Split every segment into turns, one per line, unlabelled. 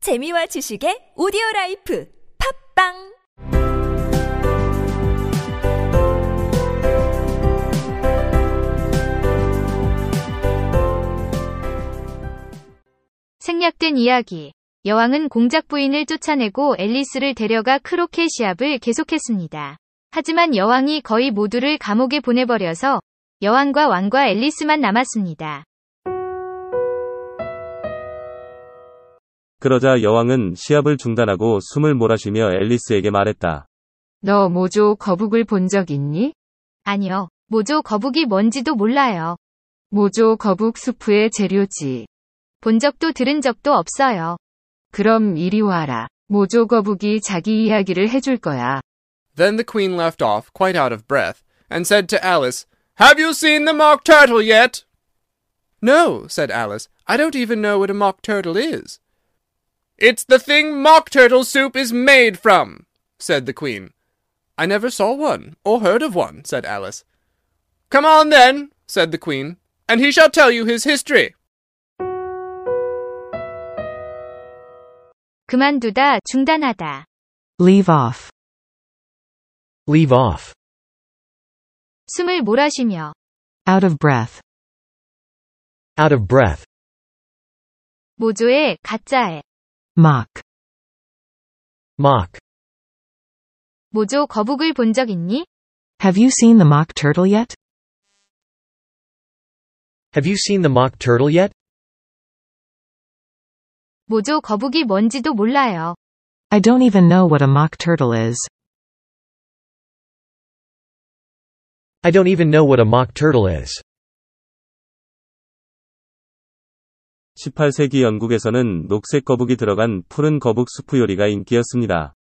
재미와 지식의 오디오 라이프 팝빵
생략된 이야기. 여왕은 공작 부인을 쫓아내고 앨리스를 데려가 크로켓 시합을 계속했습니다. 하지만 여왕이 거의 모두를 감옥에 보내버려서 여왕과 왕과 앨리스만 남았습니다.
그러자 여왕은 시합을 중단하고 숨을 몰아쉬며 앨리스에게 말했다.
너 모조 거북을 본 적 있니?
아니요. 모조 거북이 뭔지도 몰라요.
모조 거북 수프의 재료지.
본 적도 들은 적도 없어요.
그럼 이리 와라. 모조 거북이 자기 이야기를 해줄 거야.
Then the queen left off, quite out of breath, and said to Alice, Have you seen the Mock Turtle yet? No, said Alice. I don't even know what a Mock Turtle is. It's the thing Mock Turtle soup is made from, said the queen. I never saw one, or heard of one, said Alice. Come on then, said the queen, and he shall tell you his history.
그만두다, 중단하다.
Leave off.
Leave off.
숨을 몰아쉬며
Out of breath.
Out of breath.
모조의 가짜에
Mock.
Mock.
모조 거북을 본 적 있니?
Have you seen the mock turtle yet?
Have you seen the mock turtle yet?
모조 거북이 뭔지도 몰라요.
I don't even know what a mock turtle is.
I don't even know what a mock turtle is.
18세기 영국에서는 녹색 거북이 들어간 푸른 거북 수프 요리가 인기였습니다.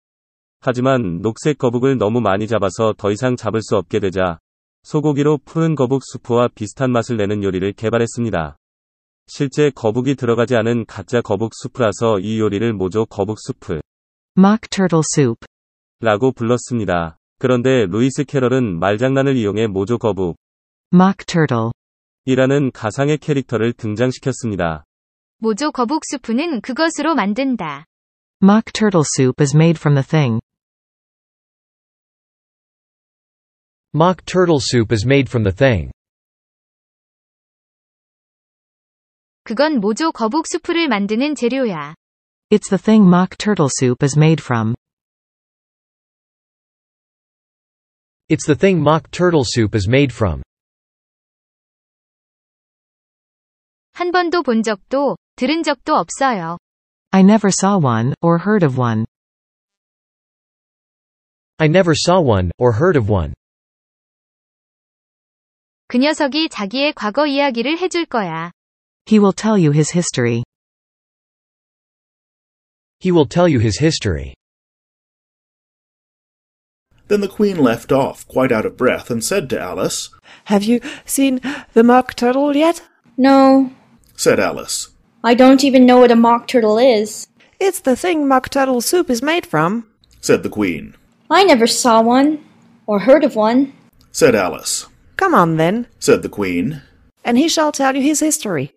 하지만 녹색 거북을 너무 많이 잡아서 더 이상 잡을 수 없게 되자 소고기로 푸른 거북 수프와 비슷한 맛을 내는 요리를 개발했습니다. 실제 거북이 들어가지 않은 가짜 거북 수프라서 이 요리를 모조 거북 수프라고
Mock turtle soup.
불렀습니다. 그런데 루이스 캐럴은 말장난을 이용해 모조 거북
Mock turtle.
이라는 가상의 캐릭터를 등장시켰습니다.
모조 거북 수프는 그것으로 만든다.
Mock turtle soup is made from the thing.
Mock turtle soup is made from the thing.
그건 모조 거북 수프를 만드는 재료야.
It's the thing mock turtle soup is made from.
It's the thing mock turtle soup is made from.
한 번도 본 적도 들은 적도 없어요.
I never saw one, or heard of one.
I never saw one, or heard of one.
그 녀석이 자기의 과거 이야기를 해줄 거야.
He will tell you his history.
He will tell you his history.
Then the queen left off, quite out of breath, and said to Alice,
Have you seen the mock turtle yet?
No,
said Alice,
I don't even know what a mock turtle is.
It's the thing mock turtle soup is made from.
said the queen,
I never saw one or heard of one.
said Alice,
Come on then,
said the queen,
and he shall tell you his history.